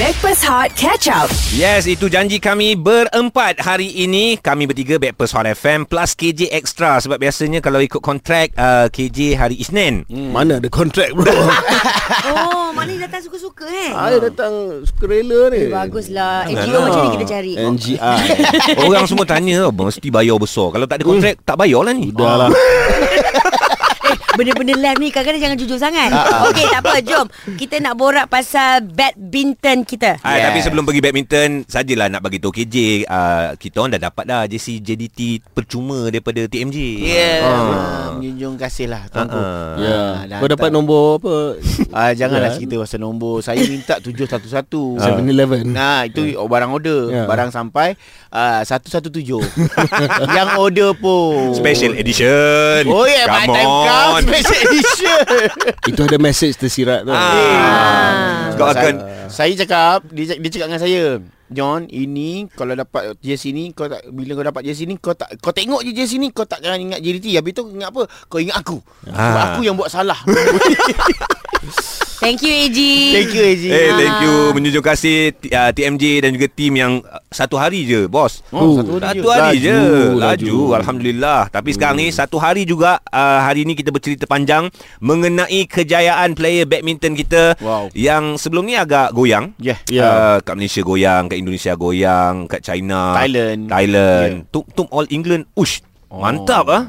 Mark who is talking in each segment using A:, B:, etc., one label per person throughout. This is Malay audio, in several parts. A: Backpass Hot Catch Up.
B: Yes, itu janji kami berempat hari ini. Kami bertiga Backpast Hot FM plus KJ Extra. Sebab biasanya kalau ikut kontrak uh, KJ hari Isnin.
C: Hmm. Mana ada kontrak bro
D: Oh, maknanya datang suka-suka eh?
C: Saya datang sukarela ni
D: Eh, baguslah.
B: Janganlah.
D: NGO macam ni
C: lah.
D: kita cari.
C: Eh. NGI
B: Orang semua tanya, "Oh, mesti bayar besar. Kalau tak ada kontrak, tak bayar lah ni.
C: Dah lah
D: Eh, benda-benda live ni kadang-kadang jangan jujur sangat. Okey, tak apa. Jom. Kita nak borak pasal badminton kita.
B: Ah, yes.
C: Yes.
B: Tapi sebelum pergi badminton Sajalah nak bagi tahu KJ uh, Kita orang dah dapat dah JC JDT percuma daripada TMJ
E: Ya yeah.
B: Ah.
E: ah. Menjunjung kasih lah Tuanku
B: Ah, ah.
C: Ya
E: dah
C: Kau dapat
E: hantar.
C: nombor apa
E: ah, Janganlah
C: Ya.
E: cerita pasal nombor Saya minta 711
C: 7-Eleven
E: Nah itu yeah. barang order
C: Ya.
E: yeah. Barang sampai uh, 117 Yang order pun
B: Special edition
E: Oh yeah By
B: Come
E: time come
B: on
E: Special edition
C: Itu ada message tersirat tu
B: ah. Kau
E: Sebab
B: akan
E: saya, saya cakap dia, cak- dia cakap dengan saya John ini kalau dapat JS ini kau tak bila kau dapat JS ini kau tak kau tengok je JS ini kau takkan ingat JDT habis tu ingat apa kau ingat aku sebab
B: Ah.
E: aku yang buat salah
D: Thank you, AG.
E: thank you AJ
B: Eh hey, thank you Menjunjung kasih T- uh, TMJ dan juga tim yang uh, Satu hari je bos
E: Oh, satu hari
B: Satu
E: je.
B: hari
C: Laju,
B: je Laju,
C: laju.
B: Alhamdulillah Tapi sekarang ni Satu hari juga uh, Hari ni kita bercerita panjang Mengenai kejayaan player badminton kita
E: Wow.
B: Yang sebelum ni agak goyang
E: yeah
C: Ya.
B: Uh, kat Malaysia goyang, kat Indonesia goyang, kat China,
E: Thailand.
B: Thailand. Yeah. Tum tum all England. Ush, oh. mantap ah.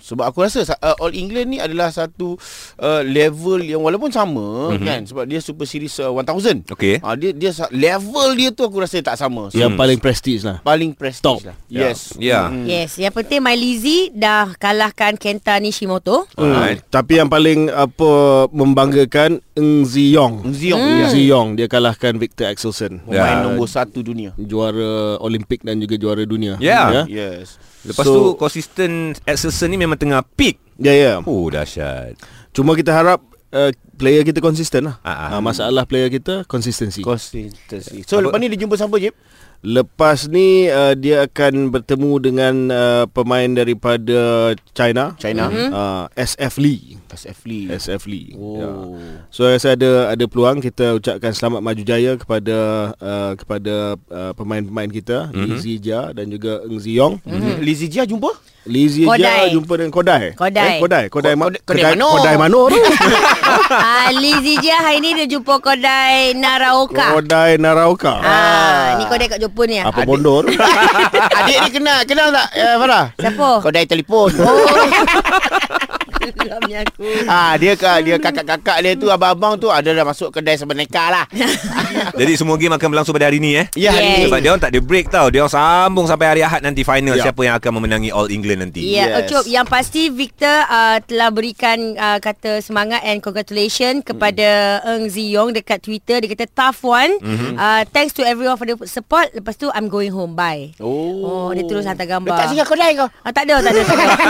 E: Sebab aku rasa sa- uh, All England ni adalah satu uh, level yang walaupun sama mm-hmm. kan sebab dia Super Series uh, 1000.
B: Okey.
E: Uh, dia dia sa- level dia tu aku rasa tak sama. So,
C: Yang paling prestige lah
E: paling prestige
C: Top.
E: lah.
C: Ya.
E: Yes.
B: Ya.
E: Mm.
D: Yes, yang penting My Lizzy dah kalahkan Kenta Nishimoto.
C: Hmm.
B: Alright.
C: Tapi yang paling apa membanggakan Ng Ziyong.
D: Hmm.
E: Zion
C: Ng
E: mm.
C: Ziyong dia kalahkan Victor Axelsen.
E: pemain yeah.
B: Ya.
E: nombor satu dunia.
C: Juara Olimpik dan juga juara dunia.
B: Ya.
C: Ya.
E: Yes.
B: Lepas so,
C: So-
B: tu konsisten Axelsen ni memang tengah peak.
C: Ya ya.
B: Oh dahsyat.
C: Cuma kita harap uh, player kita konsisten lah.
B: Ah, ah.
C: Uh, masalah player kita konsistensi.
E: Consistency. So lepas ni dia jumpa siapa Jip?
C: Lepas ni uh, dia akan bertemu dengan uh, pemain daripada China.
E: China.
C: Mm-hmm. Uh, SF Lee.
E: SF Lee.
C: SF Lee.
E: Oh.
C: Ya. So saya rasa ada ada peluang kita ucapkan selamat maju jaya kepada uh, kepada uh, pemain-pemain kita mm-hmm. Lee Zijia dan juga Ng Ziyong. Mm-hmm.
E: Mm-hmm. Lizzie Jia jumpa?
C: Lee Zijia
D: Kodai.
C: jumpa dengan Kodai.
D: Kodai.
C: Eh, Kodai. Kodai, ma-
E: Kodai- Kodai Mano.
C: Kodai Mano tu.
D: Ah, Lizzy je hari ni dia jumpa Kodai Naraoka.
C: Kodai Naraoka.
D: Ah, ni Kodai kat Jepun ni. ah?
C: Apa bondo tu?
E: Adik dia kenal, kenal tak uh, Farah?
D: Siapa?
E: Kau dah telefon.
D: Geramnya aku.
E: Ah dia ka- dia kakak-kakak dia tu abang-abang tu ada dah masuk kedai sebenarnya lah.
B: Jadi semua game akan berlangsung pada hari ni eh.
E: Ya, hari
D: Yes.
E: ni.
B: Sebab dia orang tak ada break tau. Dia orang sambung sampai hari Ahad nanti final
C: Ya.
B: siapa yang akan memenangi All England nanti.
D: Ya, yes.
E: Yes.
D: Ucup, yang pasti Victor uh, telah berikan uh, kata semangat and congratulations kepada mm. Eng Ziyong dekat Twitter. Dia kata tough one. Mm-hmm. Uh, thanks to everyone for the support. Lepas tu I'm going home. Bye. Oh, dia terus hantar gambar.
E: Letak singgah kedai kau.
D: Ah, tak ada, tak ada.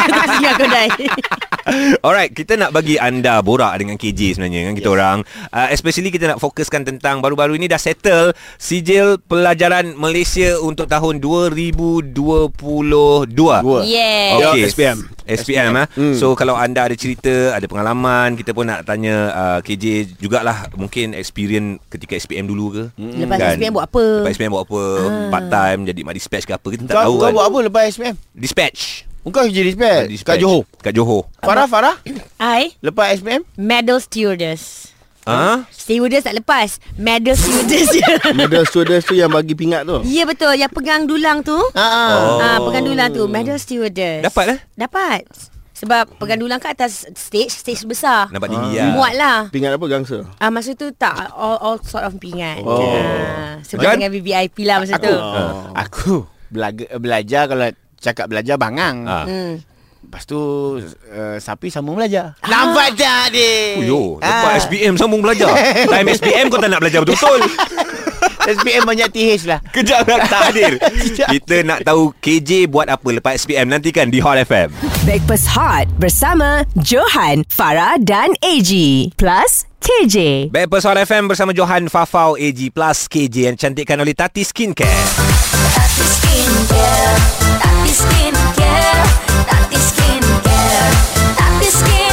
D: Letak singgah kedai.
B: Alright, kita nak bagi anda borak dengan KJ sebenarnya kan kita yes. orang. Uh, especially kita nak fokuskan tentang baru-baru ini dah settle sijil pelajaran Malaysia untuk tahun 2022.
C: Dua.
D: yes.
C: Ya,
B: Okey.
C: SPM.
B: SPM eh. Hmm. So kalau anda ada cerita, ada pengalaman, kita pun nak tanya uh, KJ jugalah mungkin experience ketika SPM dulu ke.
D: Lepas SPM buat apa?
B: Kan.
D: Ah.
B: Lepas SPM buat apa? Part time jadi mak dispatch ke apa? Kita tak
E: Kau,
B: tahu
E: kau
B: kan.
E: buat apa lepas SPM?
B: Dispatch.
E: Kau kerja dispatch.
B: Dispatch.
E: Kat Johor.
B: Kat Johor.
E: Farah, Farah.
D: I,
E: Lepas SPM?
D: medal stewardess.
B: Ah?
D: Stewardess tak lepas. Medal stewardess. je.
C: Medal stewardess tu yang bagi pingat tu.
D: Ya betul Yang pegang dulang tu
E: Ha ah.
B: Oh.
D: Ah, pengandulan tu medal stewardess.
B: Dapat lah.
D: Dapat. Sebab pengandulan kat atas stage, stage besar.
B: Nampak tinggi
D: Ya.
B: lah.
D: Muat lah.
C: Pingat apa gangsa?
D: Ah masa tu tak all, all sort of pingat.
C: Oh.
D: Ah, sebab
B: Kan?
D: dengan VVIP lah masa tu.
E: Aku,
B: Ah.
E: Oh. aku belaga, belajar kalau cakap belajar bangang.
B: Ah.
D: Hmm.
E: Lepas tu uh, sapi sama belajar. Lambat tak
B: Oh,
E: dia. Ah.
B: Yo,
E: Eh,
B: lepas SPM sambung belajar. Time SPM kau tak nak belajar betul-betul.
E: SPM banyak TH lah.
B: Kejap nak tak hadir. Kita nak tahu KJ buat apa lepas SPM nantikan di Hot FM.
A: Backpass Hot bersama Johan, Farah dan AG. Plus KJ.
B: Backpast Hot FM bersama Johan Fafau AG Plus KJ yang cantikkan oleh Tati Skincare.
F: Tati Skincare, Tati Skincare, Tati Skincare, Tati Skincare.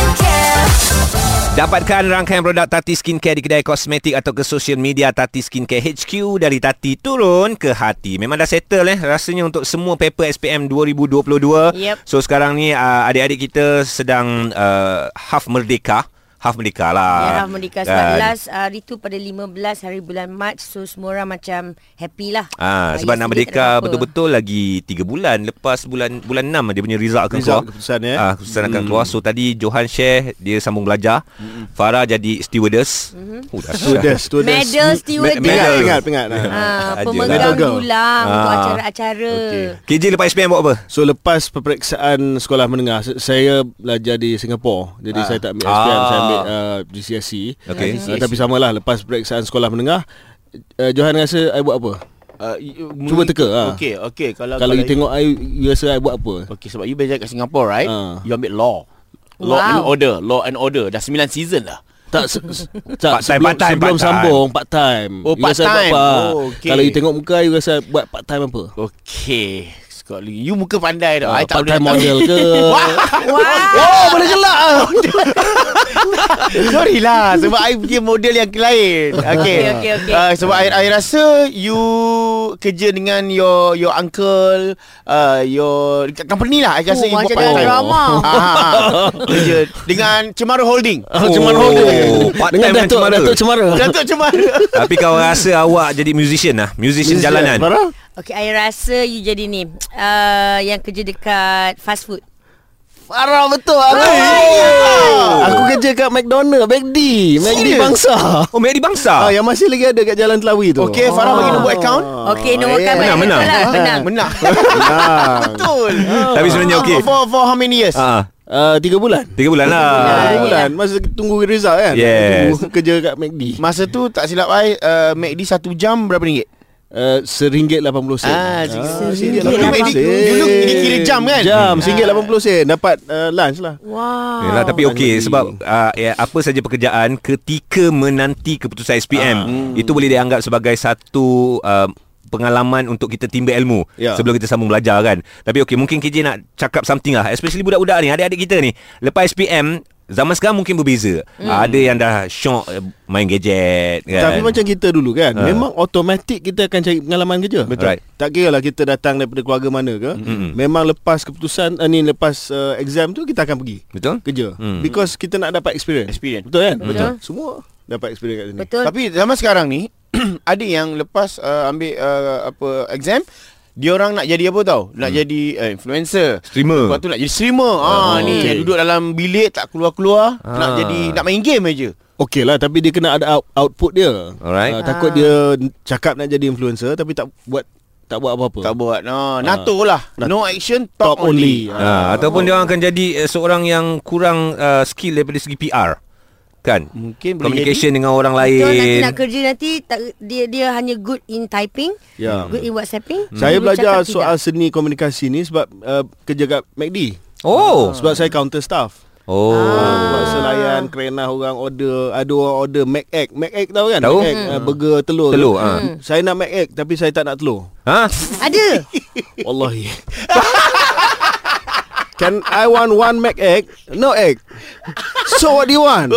B: Dapatkan rangkaian produk Tati Skincare di kedai kosmetik atau ke social media Tati Skincare HQ dari Tati turun ke hati. Memang dah settle eh rasanya untuk semua paper SPM 2022.
D: Yep.
B: So sekarang ni uh, adik-adik kita sedang uh, half merdeka. Half merdeka lah.
D: Ya, Merdeka sebab last hari tu pada 15 hari bulan Mac so semua orang macam happy lah.
B: Ah,
D: Ah,
B: sebab nak
D: yes, sedikit tak
B: merdeka
D: ada apa.
B: betul-betul lagi 3 bulan lepas bulan bulan 6 dia punya result akan
C: Result
B: keluar.
C: keputusan, eh.
B: Ah, keputusan akan keluar. So tadi Johan share dia sambung belajar.
C: Hmm.
B: Farah jadi stewardess.
D: Mhm.
B: Mm-hmm. Oh, dah
C: Students, students.
D: Medal stewardess.
B: medal.
C: Ingat, ingat, ingat. Ha.
D: Ah,
B: Ajalah.
D: pemegang
C: Medal girl.
D: tulang untuk
B: lah. Ah.
D: acara-acara.
C: Okey.
B: KJ lepas SPM buat apa?
C: So lepas peperiksaan sekolah menengah se- Saya belajar di Singapura Jadi saya tak ambil
B: Ah.
C: SPM Saya ambil uh, GCSE
B: Okey.
C: uh, Tapi samalah Lepas peperiksaan sekolah menengah uh, Johan rasa I buat apa?
E: Uh,
B: Eh,
E: you-
C: Cuba
E: mungkin-
C: teka, ah.
E: Okey, okey. Kalau,
C: Kalau you tengok I You rasa I buat apa?
E: Okey, sebab you belajar kat Singapore, right?
C: Ah.
E: You ambil law. Law
D: Wow.
E: and order. Law and order. Dah 9 season lah.
C: Tak, se- se-
B: Part time,
C: tak sebelum,
B: part time,
C: sebelum
B: part time.
C: sambung part time.
E: Oh,
C: You rasa I
E: part time.
C: Buat apa?
E: Oh, okey.
C: Kalau you tengok muka I, you rasa I buat part time apa?
E: Okey. Sekali. You muka pandai dah. I
C: Ah,
E: tak
C: part
E: boleh
C: time
E: nak
C: model ke?
D: Wah.
E: Oh boleh gelak ah. Sorry lah Sebab I punya model yang lain Okay,
D: Okey, okey, okey.
E: Uh, Sebab I, I rasa You Kerja dengan your Your uncle uh, Your dekat Company lah I rasa
D: Oh,
E: you
D: macam
E: buat part
D: dalam
E: time.
D: drama.
E: Ah, ah, ah. Kerja Dengan Cemara Holding
C: Oh, Cemara Holding.
B: part
C: Dengan
B: time dengan
C: Datuk,
B: Cemara.
C: Datuk Cemara.
E: Datuk Cemara
B: Tapi kau rasa awak jadi musician lah Musician, musician jalanan
C: Farah?
D: Okay, I rasa you jadi ni. Uh, yang kerja dekat fast food.
E: Farah betul
C: Oh. Aku kerja kat McDonald, McD,
E: Serious?
C: McD Bangsa.
B: Oh Mary Bangsa
C: Ah, yang masih lagi ada kat Jalan Telawi tu.
E: Okay Farah bagi nombor account
D: Okay, nombor
E: yeah.
D: yeah.
B: Menang, menang.
D: Lah, menang.
E: Menang
C: Ah.
E: Betul
B: Tapi sebenarnya okey.
E: For, for how many years?
B: Ah,
C: Uh, tiga bulan.
B: Tiga bulan lah
C: Ah, tiga
D: ya.
C: bulan. Masa tunggu result kan.
B: Yes.
C: Tunggu kerja kat McD.
E: Masa tu tak silap I uh, MACD satu jam berapa ringgit?
C: Uh, seringgit lapan puluh sen.
E: Ah,
D: seringgit
C: RM80.
D: lapan puluh
E: sen. Dulu dia kira jam kan?
C: Jam,
E: Ah.
C: seringgit lapan puluh sen. Dapat uh, lunch lah.
D: Wow.
B: Yalah, tapi okey
C: Lagi.
B: sebab uh, ya, apa saja pekerjaan ketika menanti keputusan
C: Ah,
B: SPM
C: hmm.
B: itu boleh dianggap sebagai satu uh, pengalaman untuk kita timba ilmu
C: Ya.
B: sebelum kita sambung belajar kan. Tapi okey mungkin KJ nak cakap something lah especially budak-budak ni adik-adik kita ni lepas SPM zaman sekarang mungkin berbeza. Mm. Ada yang dah syok eh, main gadget kan.
C: Hmm. Tapi macam kita dulu kan
B: Ah.
C: Memang automatik kita akan cari pengalaman kerja
B: Betul. Right.
C: Tak kira lah kita datang daripada keluarga mana ke
B: Mm-mm.
C: Memang lepas keputusan uh, ni Lepas uh, exam tu kita akan pergi
B: betul?
C: kerja
B: Hmm.
C: Because kita nak dapat experience
E: Experience.
C: Betul kan?
D: Betul.
C: Semua dapat experience kat sini
D: Betul.
E: Tapi zaman sekarang ni ada yang lepas uh, ambil uh, apa exam dia orang nak jadi apa tau? Nak hmm. jadi uh, influencer.
B: Streamer.
E: Lepas tu nak jadi streamer. Ah ni
C: okay.
E: duduk dalam bilik tak keluar-keluar, nak
B: Ah.
E: jadi nak main game aja.
C: Okey lah tapi dia kena ada out- output dia
B: Alright.
C: Ah, Takut dia cakap nak jadi influencer Tapi tak buat tak buat apa-apa
E: Tak buat. No, NATO lah. No action
C: Talk
E: talk, only.
C: only.
B: Ha,
E: Ah.
B: ataupun dia orang akan jadi uh, seorang yang kurang uh, skill daripada segi PR. Kan?
E: Mungkin boleh
B: Communication dengan orang lain.
D: Betul, nanti nak kerja nanti tak, dia dia hanya good in typing,
C: Ya.
B: Hmm.
D: good in WhatsApping.
C: Saya
D: Dulu
C: belajar
D: cakap
C: soal
D: tidak.
C: seni komunikasi ni Sebab uh, kerja kat MACD
B: Oh.
C: Sebab
D: Ah.
C: saya counter staff
B: Oh.
C: Sebab saya layan kerenah orang order Ada orang order Mac Egg Mac Egg tahu kan?
B: Tahu.
C: Mac Egg, uh, burger telur
B: Telur,
C: tu. Hmm.
B: ha.
C: Saya nak Mac Egg Tapi saya tak nak telur
B: Ha?
D: Ada.
C: Wallahi Can I want one Mac Egg? No egg So what do you want?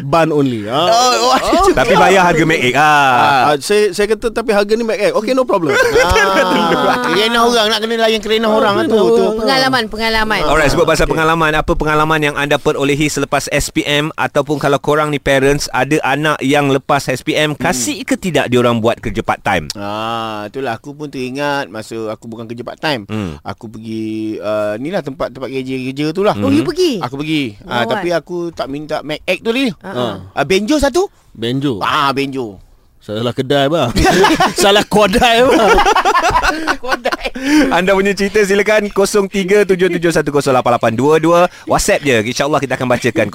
C: Bun only ah.
E: Oh, oh.
B: Tapi bayar harga make egg ah.
C: Ah, saya saya kata tapi harga ni Mac Egg Okay no problem
E: Ah, kerenah orang nak kena layan kerenah orang lah tu.
C: kerenah
E: tu.
C: orang.
D: Pengalaman, pengalaman.
B: Alright, sebab pasal pengalaman Apa pengalaman yang anda perolehi selepas SPM Ataupun kalau korang ni parents Ada anak yang lepas SPM Kasih ke tidak diorang buat kerja part time?
E: Ah, itulah aku pun teringat masa aku bukan kerja part time.
B: Hmm.
E: Hmm. Aku pergi uh, ni lah tempat tempat kerja-kerja tu lah.
D: Oh, you pergi?
E: Aku pergi.
D: Oh,
E: Ah,
D: what?
E: tapi aku tak minta Mac Egg tu ni.
D: Ah,
E: Ah, benjo satu?
C: Benjo
E: Ah, benjo.
C: Salah kedai bang Salah kodai bang
B: Anda punya cerita silakan 0377108822 WhatsApp je InsyaAllah kita akan bacakan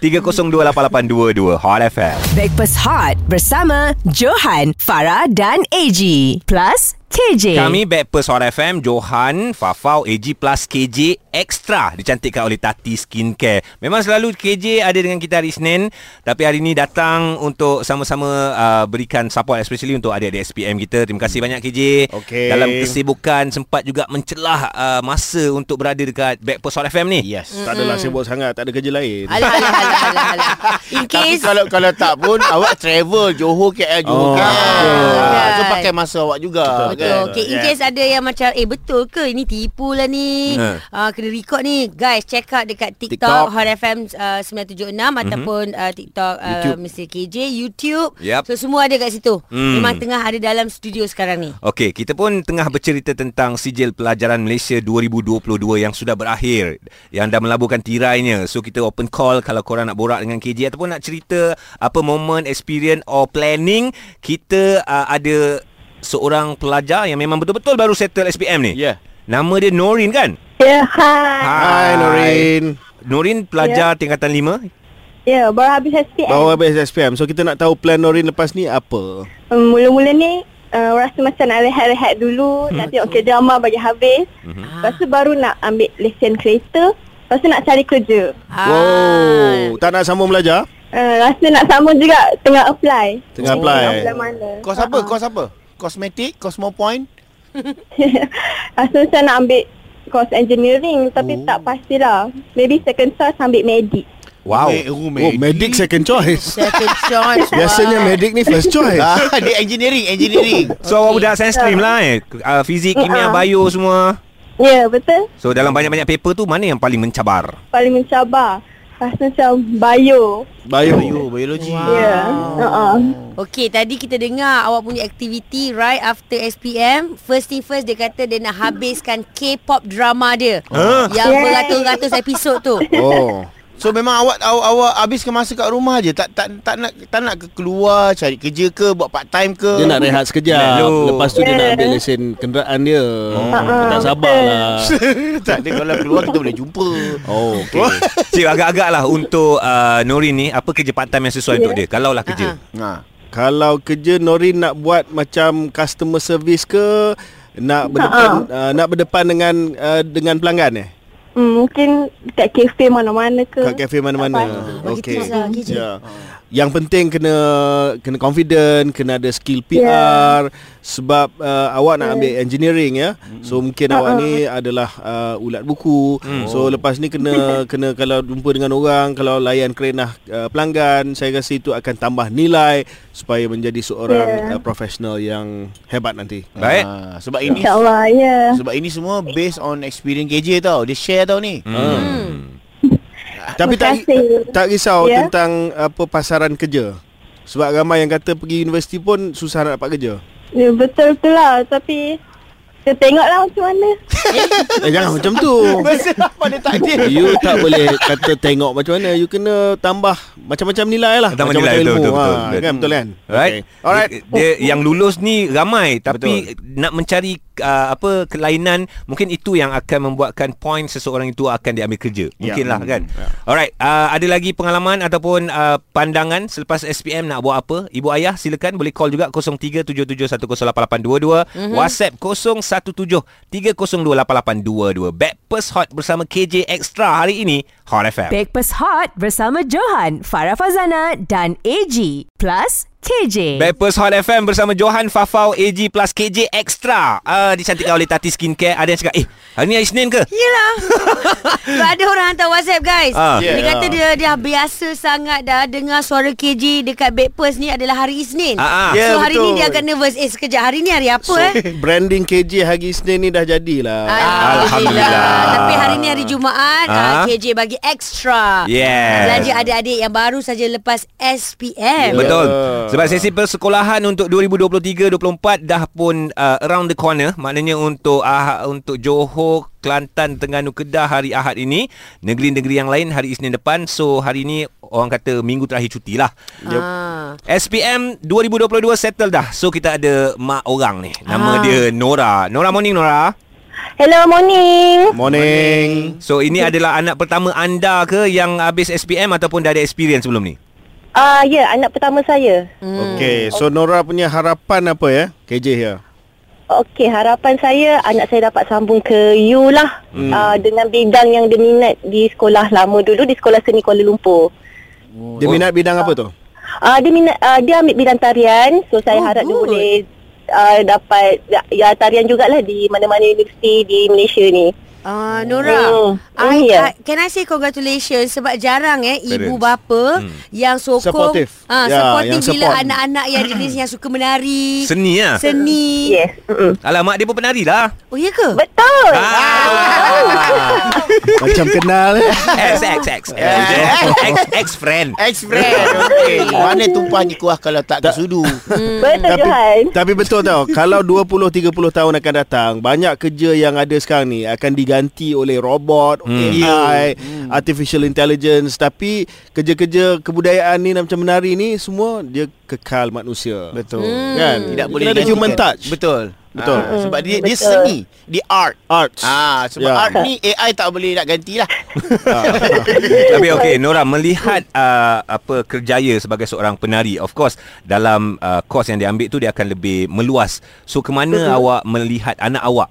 B: 0173028822 Hot FM
A: Breakfast Hot bersama Johan, Farah dan AG. Plus, KJ.
B: Kami Backpers Suara FM Johan Fafau AG Plus KJ Extra Dicantikkan oleh Tati Skincare Memang selalu KJ ada dengan kita hari Senin Tapi hari ini datang Untuk sama-sama uh, Berikan support Especially untuk adik-adik SPM kita Terima kasih banyak KJ
E: Okey.
B: Dalam kesibukan Sempat juga mencelah uh, Masa untuk berada dekat Backpers Suara FM ni
E: Yes.
C: Tak adalah sibuk sangat Tak ada kerja lain
D: Alah, alah, alah, alah, alah. In
E: Tapi
D: case
E: kalau kalau tak pun awak travel Johor KL Johor oh,
C: Oh,
E: KL.
D: betul.
E: Ah, so pakai masa awak juga kan?
D: Betul. Okay, in case ada yang macam eh betul ke ini tipu lah ni.
B: Ha.
D: Ha. Uh, kena record ni. Guys, check out dekat TikTok,
E: TikTok.
D: TikTok. Hot FM uh, 976 mm-hmm. ataupun uh, TikTok uh, Mr KJ YouTube.
B: Yep.
D: So semua ada kat situ.
B: Hmm.
D: Mm. Memang tengah ada dalam studio sekarang ni.
B: Okey, kita pun tengah bercerita tentang sijil pelajaran Malaysia 2022 yang sudah berakhir yang dah melaburkan tirainya. So kita open call kalau korang nak borak dengan KJ ataupun nak cerita apa moment, experience or planning, kita uh, ada seorang pelajar yang memang betul-betul baru settle SPM ni.
E: Ya.
B: Nama dia Norin kan?
G: Ya, hai.
C: Hai Norin
B: Norin pelajar yeah. tingkatan 5.
G: Ya, baru habis SPM.
C: Bawa habis SPM So kita nak tahu plan Norin lepas ni apa
G: Um, mula-mula ni uh, rasa macam nak rehat-rehat dulu, nak tengok ke drama bagi habis. Lepas tu baru nak ambil lesen kereta, lepas tu nak cari kerja.
D: Ah.
C: Wow Oh, Tak nak sambung belajar
G: Uh, rasa nak sama juga tengah apply. Eh,
C: Tengah apply.
G: nak apply mana?
E: Kos apa?
D: Ah.
E: Kos apa? Kosmetik, Cosmo Point.
G: Rasa macam nak ambil course engineering tapi oh. tak pastilah. Maybe second choice ambil medik.
B: Wow.
E: Eh, oh,
C: Oh medic second choice
D: Second choice.
C: Biasanya medic ni first choice
E: Ah, dia engineering, engineering.
B: So awak budak sains stream lah eh. Uh, fizik, kimia,
G: Mm-mm.
B: bio semua.
G: Ya, yeah, betul?
B: So dalam banyak-banyak paper tu mana yang paling mencabar?
G: Paling mencabar. Rasa macam bio.
C: Bio
E: biologi.
G: Ya. Yeah. Uh-uh.
D: Okay, tadi kita dengar awak punya aktiviti right after SPM. First thing first, dia kata dia nak habiskan K-pop drama dia. Huh? Yang
G: Yay.
D: beratus-ratus episod tu.
C: Oh
E: So memang awak awak, awak habiskan masa kat rumah je. Tak tak tak nak tak nak ke keluar cari kerja ke buat part time ke.
C: Dia nak rehat sekejap
B: Hello.
C: Lepas tu dia nak ambil lesen kenderaan dia oh. Tak sabar lah
E: tak dia kalau keluar kita boleh jumpa.
C: Oh okay.
B: Cik agak-agak lah untuk uh, Norin ni Apa kerja part time yang sesuai yeah. untuk dia Kalau lah kerja uh-huh.
E: Ha.
C: Kalau kerja Norin nak buat macam customer service ke nak berdepan uh, nak berdepan dengan uh, dengan pelanggan eh
G: Hmm, mungkin dekat kafe mana-mana ke.
C: kat kafe mana-mana.
D: Bagi
C: Okey.
D: tips lah, kerja.
C: Ya. Yang penting kena kena confident, kena ada skill PR sebab uh, awak nak ambil engineering ya. So mungkin awak ni adalah uh, ulat buku. So lepas ni kena kena kalau jumpa dengan orang, kalau layan kerenah uh, pelanggan, saya rasa itu akan tambah nilai supaya menjadi seorang yeah. uh, profesional yang hebat nanti.
B: Baik
E: Ha, sebab ini
G: InsyaAllah, ya. Yeah.
E: sebab ini semua based on experience KJ tau. Dia share tau ni.
B: hmm.
C: Tapi tak
G: Terima kasih.
C: tak risau
G: Ya.
C: yeah. tentang apa pasaran kerja. Sebab ramai yang kata pergi universiti pun susah nak dapat kerja.
G: Ya, betul betul lah. Tapi kita tengoklah macam mana.
C: Eh jangan macam tu.
E: Masa apa dia tak ada.
C: You tak boleh kata tengok macam mana. You kena tambah macam-macam nilai lah.
B: Tambah
C: macam-macam
B: nilai,
C: ilmu.
B: betul, betul,
C: Ha,
B: betul.
C: Kan betul kan?
B: Right
C: Okay. Alright. Oh.
B: dia, dia yang lulus ni ramai Tapi Betul. nak mencari uh, apa kelainan Mungkin itu yang akan membuatkan point Seseorang itu akan diambil kerja
C: Ya.
B: Mungkin lah kan yeah. Alright uh, Ada lagi pengalaman Ataupun uh, pandangan Selepas SPM nak buat apa Ibu ayah silakan Boleh call juga 0377108822 mm-hmm. WhatsApp 0173028822 Backpers Hot bersama KJ Extra hari ini Hot FM
A: Breakfast Hot bersama Johan, Farah Fazana dan AG plus KJ.
B: Backpers Eh. Hot FM bersama Johan Fafau AG plus KJ Extra uh, Dicantikkan oleh Tati Skincare Ada yang cakap Eh hari ni hari Senin ke?
D: Yelah Sebab ada orang hantar WhatsApp guys
B: Ah.
D: ah, yeah. Dia kata dia dah biasa sangat Dah dengar suara KJ Dekat Backpers ni adalah hari Isnin
B: Ah, ah.
D: So
E: Yeah,
D: hari
E: betul.
D: ni dia akan nervous Eh sekejap hari ni hari apa so, eh
C: Branding KJ hari Isnin ni dah jadilah.
D: Ah.
B: Alhamdulillah.
D: Tapi hari ni hari Jumaat
B: Ah.
D: ah. KJ bagi extra
B: Yes.
D: Belanja adik-adik yang baru saja lepas SPM
B: Betul Sebab sesi persekolahan untuk 2023-24 Dah pun uh, around the corner Maknanya untuk uh, untuk Johor Kelantan, Terengganu, Kedah hari Ahad ini Negeri-negeri yang lain hari Isnin depan So hari ni orang kata minggu terakhir cuti lah
C: Yep.
D: ah.
B: SPM 2022 settle dah So kita ada mak orang ni Nama
D: Ah.
B: dia Nora Nora morning Nora
G: Hello, morning.
C: Morning.
B: So ini adalah anak pertama anda ke yang habis SPM ataupun dah ada experience sebelum ni?
G: Ah, uh,
D: Hmm.
G: ya, yeah, anak pertama saya.
C: Okay. So Nora punya harapan apa ya? KJ ya.
G: Okey, harapan saya anak saya dapat sambung ke U lah hmm. uh, dengan bidang yang dia minat di sekolah lama dulu di sekolah seni Kuala Lumpur.
B: Oh.
C: Dia minat bidang apa tu?
G: Uh, dia minat uh, dia ambil bidang tarian, so saya oh,
D: Oh,
G: harap good. dia
D: good.
G: boleh uh, dapat ya, ya tarian jugalah di mana-mana universiti di Malaysia ni.
D: Ah Nora,
G: Oh, yeah.
D: I,
C: ya.
D: I, can I say congratulations sebab jarang eh
B: Parents. Hmm.
D: ibu bapa yang sokong
C: Supportive.
D: ah
C: Ya,
D: supportive
C: yang
D: bila
C: support.
D: anak-anak yang jenis yang suka menari,
B: Seni lah
D: seni.
G: Yes. Mm-mm.
B: Alah mak dia pun penari lah
D: Oh ya ke?
G: Betul. Ah,
B: ah.
C: Macam kenal eh.
B: Ex ex ex Ex ex friend
E: Ex-friend okay. Mana tumpahnya kuah kalau tak ke sudu
G: Betul Johan.
C: Tapi betul tau Kalau 20-30 tahun akan datang Banyak kerja yang ada sekarang ni Akan diganti oleh robot hmm. AI hmm. Artificial intelligence Tapi Kerja-kerja kebudayaan ni Macam menari ni Semua dia kekal manusia
E: Betul
C: Kan
E: Tidak
C: Dia
E: boleh
C: kena ada
E: digantikan.
C: human touch
E: Betul
C: Betul.
E: Ah, Sebab dia, dia
G: Betul.
E: seni Dia art
C: Arts
E: Ah, sebab
C: Ya.
E: yeah. art ni AI tak boleh nak ganti lah
B: Tapi okey Nora melihat uh, apa kerjaya sebagai seorang penari of course dalam uh, course yang diambil tu dia akan lebih meluas. So ke mana awak melihat anak awak?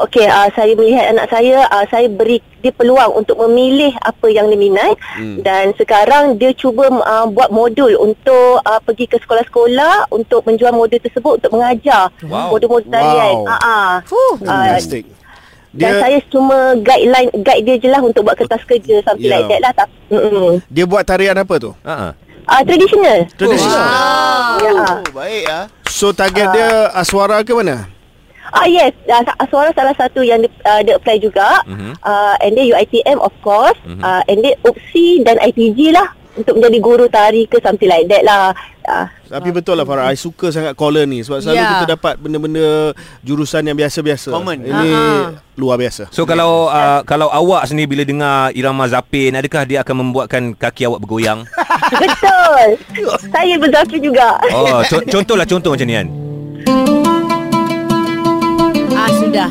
G: Okey, uh, saya melihat anak saya, uh, saya beri dia peluang untuk memilih apa yang dia minat hmm. dan sekarang dia cuba uh, buat modul untuk uh, pergi ke sekolah-sekolah untuk menjual modul tersebut untuk mengajar
B: Wow.
G: modul-modul tarian.
C: Wow.
G: Ah, ah.
D: Fuh.
G: Ah,
C: Fantastic
G: Dan
C: Dia
G: saya cuma guideline guide dia je lah untuk buat kertas kerja something yeah.
C: Yeah.
G: like that lah. Tak, mm-mm.
C: dia buat tarian apa tu?
B: Ha.
G: Uh, traditional.
C: Tradisional.
E: Wow
G: Ya.
E: yeah. Baik ah.
C: So target dia Aswara ke mana?
G: Ah yes, uh, suara salah satu yang dia, uh, dia apply juga.
B: Mhm.
G: Uh, and then UiTM of course.
B: Mhm.
G: Uh, and then UPSI dan ITG lah untuk menjadi guru tari ke something like that lah. Uh,
C: Tapi betul lah Farah I suka sangat caller ni Sebab selalu
D: Ya.
C: yeah. kita dapat Benda-benda Jurusan yang biasa-biasa
E: Common.
C: Ini
D: Ah.
C: luar biasa
B: So kalau uh, kalau awak sendiri bila dengar irama zapin adakah dia akan membuatkan kaki awak bergoyang?
G: betul. Saya berzaki juga.
B: Oh, co- contohlah contoh macam ni kan.
D: Ah sudah.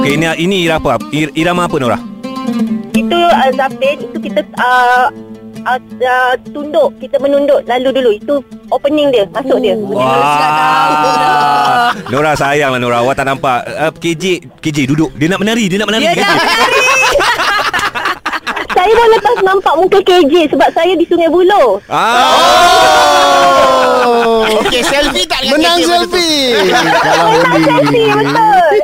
B: Okey ini ini irama apa? Ir- irama apa Nora?
G: Itu uh, zapin itu kita uh, uh, uh, tunduk, kita menunduk lalu dulu. Itu opening dia, masuk dia.
B: Oh, Wah. Nora sayanglah Nora awak tak nampak. Uh, KJ KJ duduk. Dia nak menari, dia nak menari.
D: Dia dah
G: Saya dah lepas nampak muka KJ sebab saya di Sungai Buloh.
B: Oh. Ah.
C: Oh
E: Okay selfie tak dengan
C: Menang
E: KK pada tu.
C: selfie Kalah Oli
G: Selfie, betul.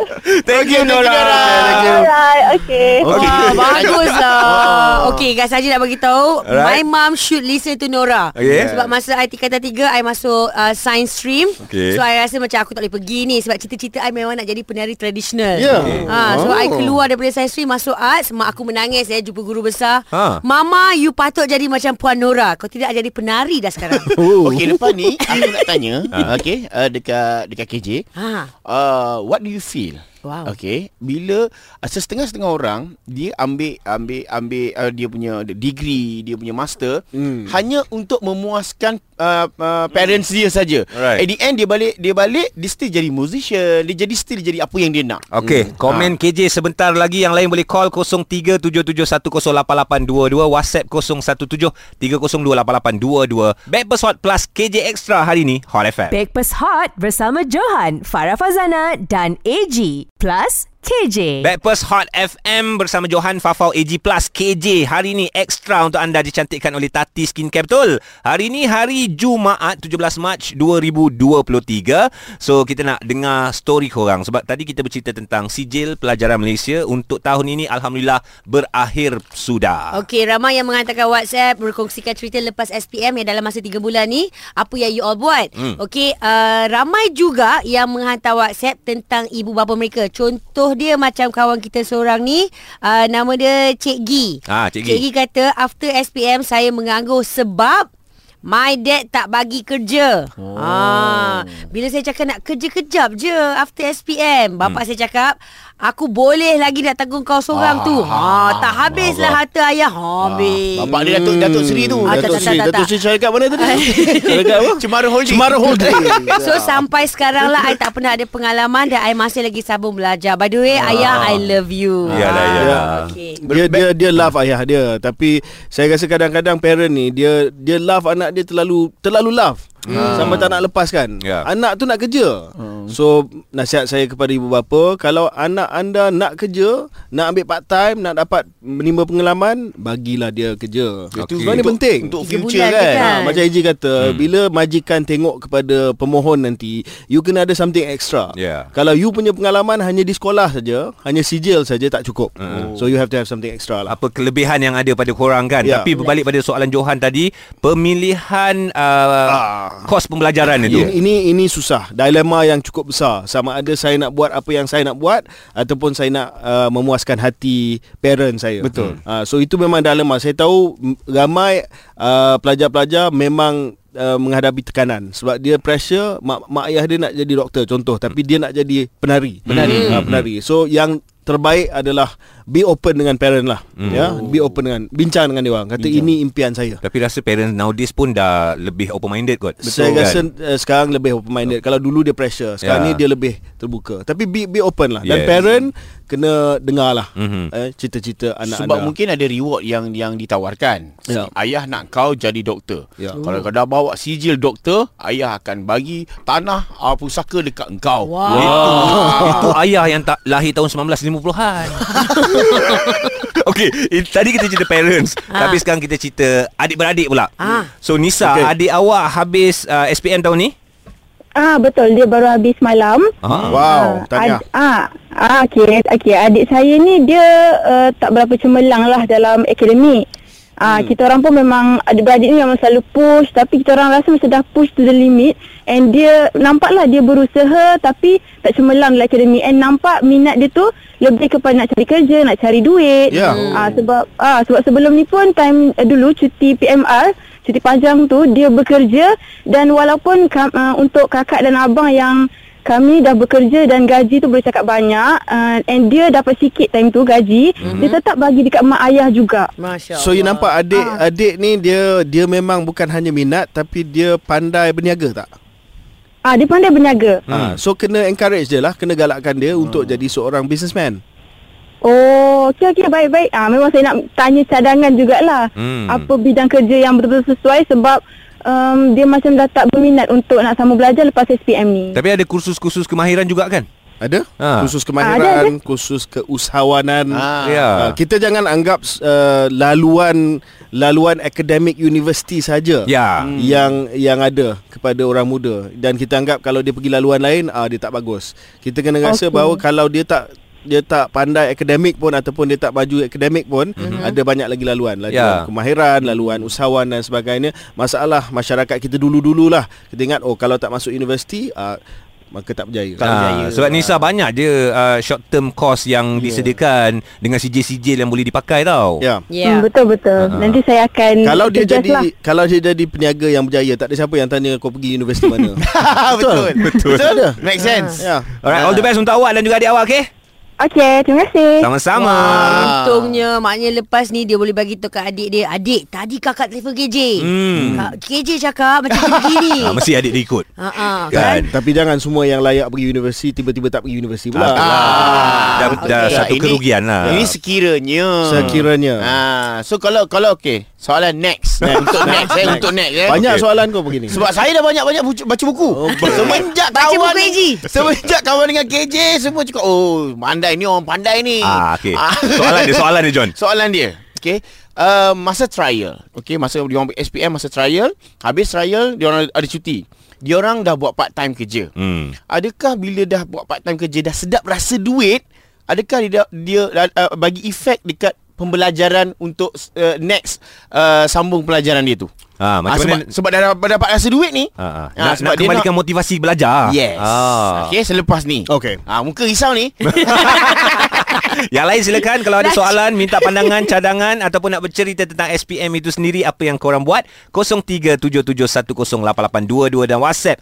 B: Thank you Oh. Nora.
E: Thank
G: Alright, okay.
C: Okay.
D: Wah, baguslah. Ah, lah. Okay, guys, saja nak bagi tahu
B: Alright.
D: my mom should listen to Nora.
B: Okay.
D: Sebab masa I tingkatan tiga, I masuk uh, science stream.
B: Okay.
D: So, I rasa macam aku tak boleh pergi ni sebab cita-cita I memang nak jadi penari tradisional.
C: Ya. Okay.
D: Ha, so,
C: Oh.
D: I keluar daripada science stream, masuk arts. Mak aku menangis, saya jumpa guru besar.
B: Ha.
D: Mama, you patut jadi macam Puan Nora. Kau tidak jadi penari dah sekarang.
B: Oh.
E: Okay lepas ni Aku nak tanya
B: Ha.
E: Okay uh, Dekat Dekat KJ
D: ha.
E: uh, What do you feel
D: Wow.
E: Okay Bila uh, Setengah-setengah orang Dia ambil Ambil ambil uh, Dia punya degree Dia punya master
C: Hmm.
E: Hanya untuk memuaskan uh, uh, Parents dia saja
B: Alright.
E: At the end dia balik Dia balik Dia still jadi musician Dia jadi still jadi Apa yang dia nak
B: Okey, hmm. komen ha. KJ sebentar lagi yang lain boleh call 0377108822 WhatsApp 0173028822. Backpast Hot Plus KJ Extra hari ni Hot FM.
A: Backpass Hot bersama Johan, Farah Fazana dan AG plus KJ.
B: Backpast Hot FM bersama Johan Fafau AG Plus KJ Hari ni ekstra untuk anda dicantikkan oleh Tati Skincare betul Hari ni hari Jumaat 17 Mac 2023 So kita nak dengar story korang Sebab tadi kita bercerita tentang sijil pelajaran Malaysia Untuk tahun ini Alhamdulillah berakhir sudah
D: Okey, ramai yang menghantarkan WhatsApp berkongsikan cerita lepas SPM yang dalam masa 3 bulan ni, apa yang you all buat. Hmm. Okey, uh, ramai juga yang menghantar WhatsApp tentang ibu bapa mereka. Contoh dia macam kawan kita seorang ni, uh, nama dia Cik Gi.
B: Ah, Cik Gi.
D: Cik Gi kata, after SPM saya menganggur sebab My dad tak bagi kerja. Oh. Ah, bila saya cakap nak kerja kejap je after SPM, bapak hmm. saya cakap aku boleh lagi nak tanggung kau seorang ah, tu. Ha, ah, tak habislah harta ayah. Ha, Habis.
E: Bapak dia Datuk, Datuk Seri tu
D: Ah, tak,
C: Datuk
D: tak,
C: Sri
D: tak, tak.
C: Datuk Sri syarikat mana tadi? syarikat apa?
E: Cemara Holding
C: Cemara Holding
D: So sampai sekarang lah I tak pernah ada pengalaman Dan I masih lagi sambung belajar By the way Ayah I love you
B: Yalah,
D: Ah,
B: yalah.
D: okay.
C: dia dia dia love ayah dia tapi saya rasa kadang-kadang parent ni dia dia love anak dia terlalu terlalu love. hmm. sampai tak nak lepaskan.
B: Ya.
C: Anak tu nak kerja. Hmm. So nasihat saya kepada ibu bapa, kalau anak anda nak kerja, nak ambil part time, nak dapat menimba pengalaman, bagilah dia kerja.
B: Itu
C: Sebab ni
B: untuk-
C: penting.
E: Untuk
D: Tiga
E: future
D: bulan je
E: kan.
D: kan.
C: Ha, macam Eji kata hmm. Bila majikan tengok kepada pemohon nanti You kena ada something extra
B: Yeah.
C: Kalau you punya pengalaman Hanya di sekolah saja Hanya sijil saja tak cukup hmm. So you have to have something extra lah
B: apa kelebihan yang ada pada korang kan
C: Ya.
B: tapi berbalik pada soalan Johan tadi pemilihan uh, kos pembelajaran itu
C: Ah. Ini, ini ini susah Dilema yang cukup besar Sama ada saya nak buat Apa yang saya nak buat Ataupun saya nak uh, Memuaskan hati Parent saya Betul uh, So itu memang dilema Saya tahu m- Ramai uh, Pelajar-pelajar Memang Uh, menghadapi tekanan sebab dia pressure mak, mak ayah dia nak jadi doktor contoh tapi dia nak jadi penari penari uh, penari so yang terbaik adalah be open dengan parent lah ya be open dengan bincang dengan dia orang kata ini impian saya
B: tapi rasa parents nowadays pun dah lebih open minded kot kan?
C: Betul, saya rasa uh, sekarang lebih open minded. Kalau dulu dia pressure,
B: Ya.
C: sekarang ni dia lebih terbuka. Tapi be be open lah. Dan
B: Yes.
C: parent kena dengar lah
B: Mhm.
C: eh, cita-cita anak
E: Sebab
C: anda.
E: mungkin ada reward yang yang ditawarkan.
C: Ya.
E: Ayah nak kau jadi doktor.
C: Ya.
E: Kalau kau dah bawa sijil doktor, ayah akan bagi tanah uh, pusaka dekat engkau.
D: Wow.
E: Itu.
B: itu ayah yang tak lahir tahun 1950-an Okey, i- tadi kita cerita parents Tapi sekarang kita cerita adik-beradik pula
D: Ah.
B: So Nisa,
C: Okey.
B: adik awak habis uh, SPM tahun ni?
H: Ah betul dia baru habis malam.
B: Ah.
C: Wow, tanya.
H: Ad, ah, ah okey okey adik saya ni dia uh, tak berapa cemerlang lah dalam akademik. Ah hmm. kita orang pun memang adik-beradik ni memang selalu push tapi kita orang rasa macam dah push to the limit and dia nampaklah dia berusaha tapi tak cemerlang dalam akademik and nampak minat dia tu lebih kepada nak cari kerja, nak cari duit.
C: Ya.
H: Ah sebab ah sebab sebelum ni pun time uh, dulu cuti PMR, cuti panjang tu dia bekerja dan walaupun ka, uh, untuk kakak dan abang yang kami dah bekerja dan gaji tu boleh cakap banyak uh, and dia dapat sikit time tu gaji, mm-hmm. dia tetap bagi dekat mak ayah juga.
D: Masya
C: So you
D: Ya Allah.
C: nampak adik adik ni dia dia memang bukan hanya minat tapi dia pandai berniaga tak?
H: Ah dia pandai berniaga.
C: Ha, so kena encourage dia lah, kena galakkan dia untuk jadi seorang businessman.
H: Oh, okey okey baik-baik. Ah memang saya nak tanya cadangan jugalah. Hmm.
B: Hmm.
H: Apa bidang kerja yang betul-betul sesuai sebab um, dia macam dah tak berminat untuk nak sambung belajar lepas SPM ni.
B: Hmm. Tapi ada kursus-kursus kemahiran juga kan?
C: Ada?
B: Ha.
C: Kursus kemahiran, kursus keusahawanan.
E: Ah.
B: Ya.
C: Ah, kita jangan anggap uh, laluan laluan akademik universiti saja
B: Ya.
C: hmm. yang yang ada kepada orang muda dan kita anggap kalau dia pergi laluan lain ah dia tak bagus. Kita kena rasa okay. bahawa kalau dia tak dia tak pandai akademik pun ataupun dia tak baju akademik pun mm-hmm. ada banyak lagi laluan laluan
B: Mhm. Ya.
C: kemahiran laluan usahawan dan sebagainya masalah masyarakat kita dulu-dululah kita ingat oh kalau tak masuk universiti ah, maka tak berjaya
E: Tak berjaya.
B: Ah, sebab Nisa banyak je uh, short term course yang yeah. disediakan dengan sijil-sijil yang boleh dipakai tau.
C: ya
H: Yeah.
D: Yeah.
H: Hmm, betul betul.
B: Ha.
H: Uh-huh. Nanti saya akan
C: Kalau dia
H: suggest
C: jadi lah. kalau dia jadi peniaga yang berjaya, tak ada siapa yang tanya kau pergi universiti mana.
E: Betul.
B: Betul.
E: Betul. Make sense.
C: ya.
B: Alright, all the best untuk awak dan juga adik awak, okey?
H: Okey, terima kasih.
B: Sama-sama.
D: Wah, untungnya maknanya lepas ni dia boleh bagi tahu kat adik dia, adik tadi kakak telefon KJ.
B: Hmm.
D: Kak, KJ cakap macam begini.
B: Ah, mesti adik dia ikut.
D: Ha ah.
C: Kan? Tapi jangan semua yang layak pergi universiti tiba-tiba tak pergi universiti pula.
B: Dah, dah
E: Ah. Okey.
B: satu
E: Ini-
B: kerugian lah.
E: Ini sekiranya.
C: Sekiranya.
E: Ah, so kalau kalau okey, soalan next. next. untuk next, eh, untuk next eh.
C: Banyak
E: Okey.
C: soalan kau begini.
E: Sebab saya dah banyak-banyak bucu- baca buku. Okay. Semenjak
D: Baca
E: kawan
D: buku AG.
E: Semenjak kawan dengan KJ semua cakap, "Oh, pandai ni orang pandai ni."
B: Ah, okey. Soalan dia, soalan dia, John.
E: Soalan dia. Okey. Uh, masa trial. Okey, masa dia orang SPM masa trial, habis trial dia orang ada cuti. Dia orang dah buat part time kerja.
B: Hmm.
E: Adakah bila dah buat part time kerja dah sedap rasa duit, adakah dia dia uh, bagi efek dekat pembelajaran untuk uh, next uh, sambung pelajaran dia tu?
B: Ah, macam
E: Ah, sebab,
B: mana?
E: sebab dah dapat, dapat rasa duit ni.
B: Ah, ah.
E: ah,
B: Nak, nak
E: dia
B: kembalikan motivasi belajar.
E: Yes.
B: Ah.
E: Okay, selepas ni.
C: Okey.
E: Ah, muka risau ni.
B: Yang lain silakan kalau ada soalan, minta pandangan, cadangan ataupun nak bercerita tentang SPM itu sendiri apa yang korang buat 0377108822 dan WhatsApp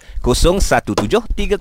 B: 0173028822.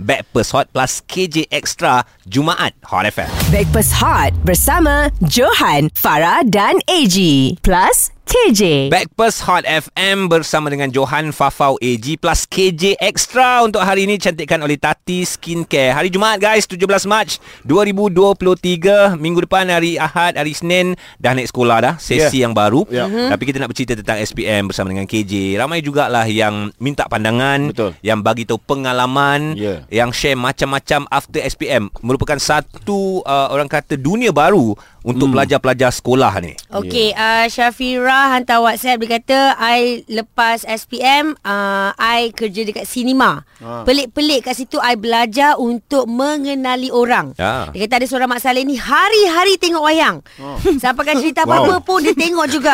B: Backpass Hot plus KJ Extra Jumaat Hot FM.
A: Breakfast Hot bersama Johan, Farah dan AG. Plus KJ.
B: Backpast Hot FM bersama dengan Johan Fafau AG plus KJ Extra untuk hari ini cantikkan oleh Tati Skincare. Hari Jumaat guys 17 Mac 2023 minggu depan hari Ahad hari Senin dah naik sekolah dah sesi yeah. yang baru.
C: Ya.
B: Yeah. Tapi kita nak bercerita tentang SPM bersama dengan KJ. Ramai jugalah yang minta pandangan,
E: Betul.
B: yang bagi tahu pengalaman,
E: Ya.
B: yang share macam-macam after SPM merupakan satu uh, orang kata dunia baru untuk hmm. pelajar-pelajar sekolah ni.
D: Okey, yeah. uh, Syafira hantar WhatsApp dia kata I lepas SPM uh, I kerja dekat cinema. Ha. Pelik-pelik kat situ I belajar untuk mengenali orang.
B: Ah.
D: Dia kata ada seorang Mak Saleh ni hari-hari tengok wayang. Oh. Sampai kan cerita apa-apa pun dia tengok juga.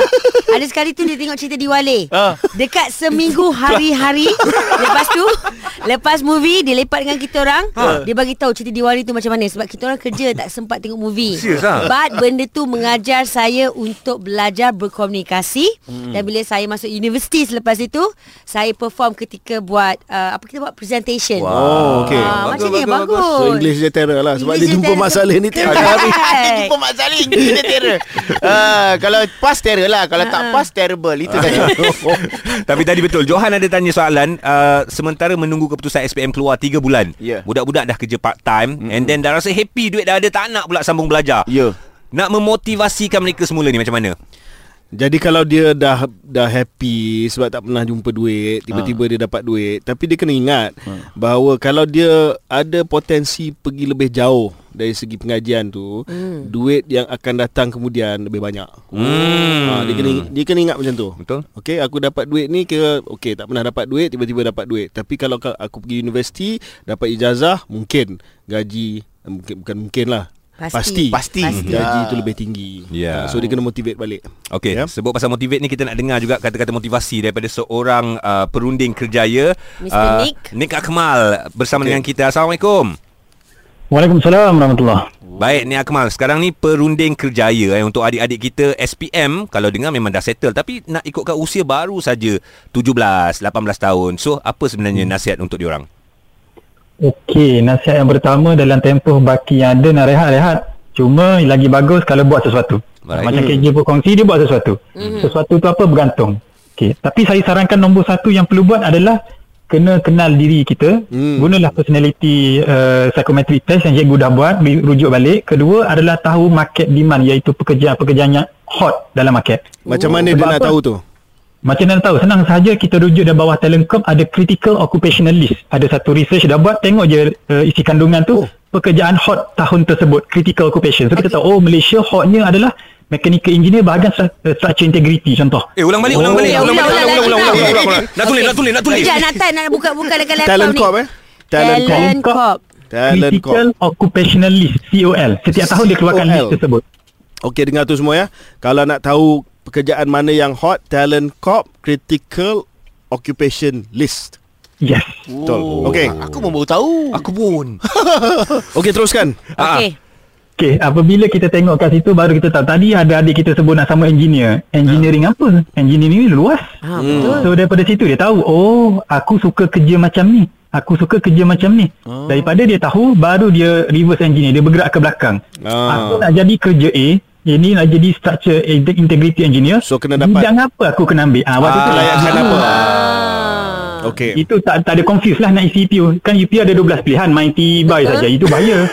D: ada sekali tu dia tengok cerita Diwali.
E: Ah.
D: Dekat seminggu hari-hari lepas tu lepas movie dia lepak dengan kita orang, dia bagi tahu cerita Diwali tu macam mana sebab kita orang kerja tak sempat tengok movie.
B: Serius ah?
D: But benda tu mengajar saya untuk belajar berkomunikasi hmm. dan bila saya masuk universiti selepas itu saya perform ketika buat uh, apa kita buat presentation.
C: Oh, okey.
D: Ah,
C: Bagus,
D: macam ni
C: bagus,
D: bagus.
C: So English dia terror lah sebab
D: English
C: dia jumpa
D: dia terror.
C: masalah ni tiap
D: Correct.
C: hari.
E: Dia jumpa Mak Saleh Dia terror Ah, Kalau pass terror lah Kalau tak pass terrible Itu saja
B: Tapi tadi betul Johan ada tanya soalan uh, Sementara menunggu keputusan SPM keluar 3 bulan
E: Ya.
B: Budak-budak dah kerja part time mm-hmm. And then dah rasa happy Duit dah ada Tak nak pula sambung belajar
E: Ya.
B: Nak memotivasikan mereka semula ni Macam mana?
C: Jadi kalau dia dah dah happy sebab tak pernah jumpa duit, tiba-tiba
B: Ah.
C: dia dapat duit, tapi dia kena ingat bahawa kalau dia ada potensi pergi lebih jauh dari segi pengajian tu, duit yang akan datang kemudian lebih banyak.
B: Hmm.
C: Ha, dia kena dia kena ingat macam tu.
B: Betul.
C: Okey, aku dapat duit ni kira okey, tak pernah dapat duit, tiba-tiba dapat duit. Tapi kalau ka- aku pergi universiti, dapat ijazah, mungkin gaji eh, mungkin bukan mungkin lah.
D: Pasti.
E: Pasti.
D: Pasti.
C: Gaji tu lebih tinggi.
B: Ya.
C: Ha, So dia kena motivate balik.
B: Okay yeah.
C: Ya.
B: Sebut pasal motivate ni Kita nak dengar juga Kata-kata motivasi Daripada seorang uh, Perunding kerjaya uh,
D: Mr. Nick.
B: Nick Akmal Bersama okay. dengan kita Assalamualaikum
I: Waalaikumsalam warahmatullahi
B: Baik Nick Akmal Sekarang ni perunding kerjaya eh, Untuk adik-adik kita SPM Kalau dengar memang dah settle Tapi nak ikutkan usia baru saja 17, 18 tahun So apa sebenarnya nasihat untuk diorang?
I: Okey, nasihat yang pertama dalam tempoh baki yang ada nak rehat-rehat. Cuma lagi bagus kalau buat sesuatu.
B: Baik.
I: Baik. Macam KJ pun kongsi dia buat sesuatu.
C: Mhm.
I: Mm-hmm. Sesuatu tu apa bergantung. Okey, tapi saya sarankan nombor satu yang perlu buat adalah kena kenal diri kita. Mm.
C: Hmm.
I: Gunalah personality uh, psychometric test yang cikgu dah buat, bi- rujuk balik. Kedua adalah tahu market demand iaitu pekerjaan-pekerjaan yang hot dalam market.
C: Macam mana dia
I: Oh. Sebab
C: nak
I: apa?
C: tahu tu?
I: Macam mana tahu senang sahaja kita rujuk dari bawah Telencom ada critical occupational list. Ada satu research dah buat tengok je uh, isi kandungan tu oh. pekerjaan hot tahun tersebut critical occupation. So kita tahu oh Malaysia hotnya adalah mechanical engineer bahagian stru- uh, structure integrity contoh.
B: Eh ulang balik, ulang balik,
D: Ya,
B: ulang balik, ulang, ulang, ulang, ulang, ulang. Nak tulis,
D: Okey.
B: nak tulis, nak tulis.
D: Sekejap, nak type, nak buka buka dekat laptop
C: Talent
D: ni.
C: Corp eh? Talent Corp.
D: Talent Corp.
C: Talent Corp.
I: critical occupational list COL. Setiap tahun dia keluarkan
C: COL.
I: list tersebut.
C: Okey dengar tu semua ya. Kalau nak tahu pekerjaan mana yang hot, Talent Corp Critical Occupation List.
I: Yes.
C: Betul.
E: Oh,
C: Okey.
E: Aku pun baru tahu
B: Aku pun.
C: Okey teruskan.
A: Ah.
D: Okey.
I: Okey, apabila kita tengok kat situ baru kita tahu tadi ada adik kita sebut nak sama engineer. Engineering apa? Engineering ni luas.
D: Ha, betul.
I: So daripada situ dia tahu Oh aku suka kerja macam ni Aku suka kerja macam ni oh. Daripada dia tahu Baru dia reverse engineer Dia bergerak ke belakang
C: Ah.
I: Aku nak jadi kerja A Ini nak jadi structure inte- integrity engineer
C: So, kena dapat-
I: Bidang apa aku kena ambil ha, Waktu tu
C: Ah, Layakkan
I: Ah.
C: apa?
D: Ah.
C: Okey.
I: Itu tak, tak ada confuse lah nak isi EPU Kan EPU ada 12 pilihan Main T-buy saja Itu bahaya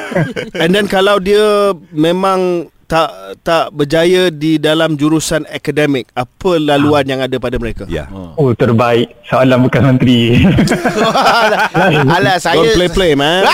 C: And then kalau dia memang tak tak berjaya di dalam jurusan akademik, apa laluan yang ada pada mereka?
B: Ya.
I: Oh terbaik Soalan bukan menteri
E: Alah saya
C: Don't play play man.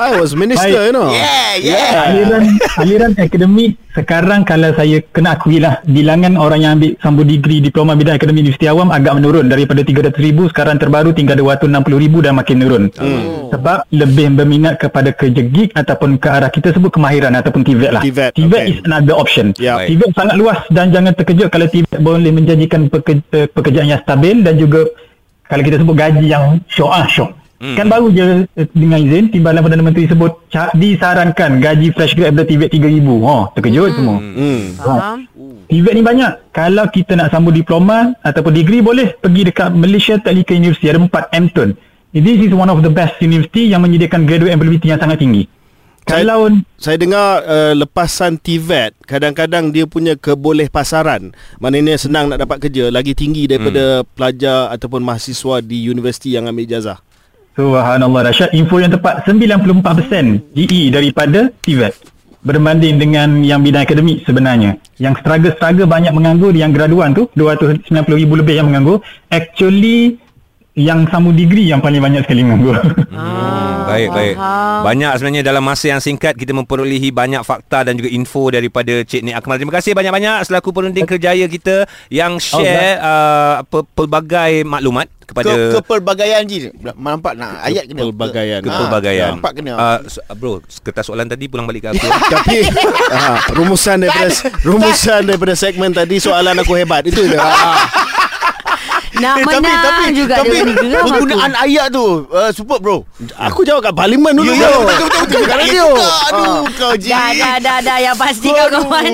C: I was minister
I: Baik.
C: you know.
E: Yeah yeah
I: aliran aliran akademik sekarang kalau saya kena akui lah bilangan orang yang ambil sambung degree diploma bidang akademik universiti awam agak menurun daripada 300,000 sekarang terbaru tinggal 260,000 dan makin menurun hmm. sebab lebih berminat kepada kerja gig ataupun ke arah kita sebut kemahiran ataupun TVET lah
C: TVET,
I: is
C: okay.
I: another option
C: Ya.
I: TVET sangat luas dan jangan terkejut kalau TVET boleh menjanjikan peke, eh, pekerjaan yang stabil dan juga kalau kita sebut gaji yang syok ah syok. Hmm. Kan baru je eh, dengan izin Timbalan Perdana Menteri sebut ca- disarankan gaji fresh grad bila TVET 3000. Ha, terkejut hmm. semua.
C: Hmm.
I: Ha. TVET ni banyak. Kalau kita nak sambung diploma ataupun degree boleh pergi dekat Malaysia Technical University ada empat MTUN. This is one of the best university yang menyediakan graduate ability yang sangat tinggi.
C: Saya-
I: Kalau
C: Saya dengar uh, lepasan TVET kadang-kadang dia punya keboleh pasaran. Maknanya senang nak dapat kerja lagi tinggi daripada hmm. pelajar ataupun mahasiswa di universiti yang ambil ijazah.
I: Subhanallah Rashad Info yang tepat 94% GE E daripada TVET Berbanding dengan yang bidang akademik sebenarnya Yang struggle-struggle banyak menganggur Yang graduan tu 290,000 lebih yang menganggur Actually Yang sama degree yang paling banyak sekali menganggur
B: Hmm, baik baik. Banyak sebenarnya dalam masa yang singkat kita memperolehi banyak fakta dan juga info daripada Cik Nik Akmal. Terima kasih banyak-banyak selaku perunding kerjaya kita yang share uh, pe- pelbagai maklumat
E: Ke,
B: kepada
E: kepelbagaian je Nampak nak ayat kena
C: Kepelbagaian.
E: Ha,
B: kepelbagaian.
E: Nampak kena
B: Uh,
D: Ah,
B: s- bro, kertas soalan tadi pulang balik ke aku.
C: Tapi ha, rumusan daripada rumusan daripada segmen tadi soalan aku hebat itu je. Ha,
D: Nak
E: Eh,
D: menang tapi, juga
E: tapi
D: dia ni geram aku.
E: penggunaan ayat tu uh, super bro.
C: aku jawab kat parlimen dulu.
E: Ya ya
C: tau.
E: betul betul betul. Bukan radio. Aduh kau ji.
D: Dah, dah, dah, dah. Yang pasti kawan-kawan.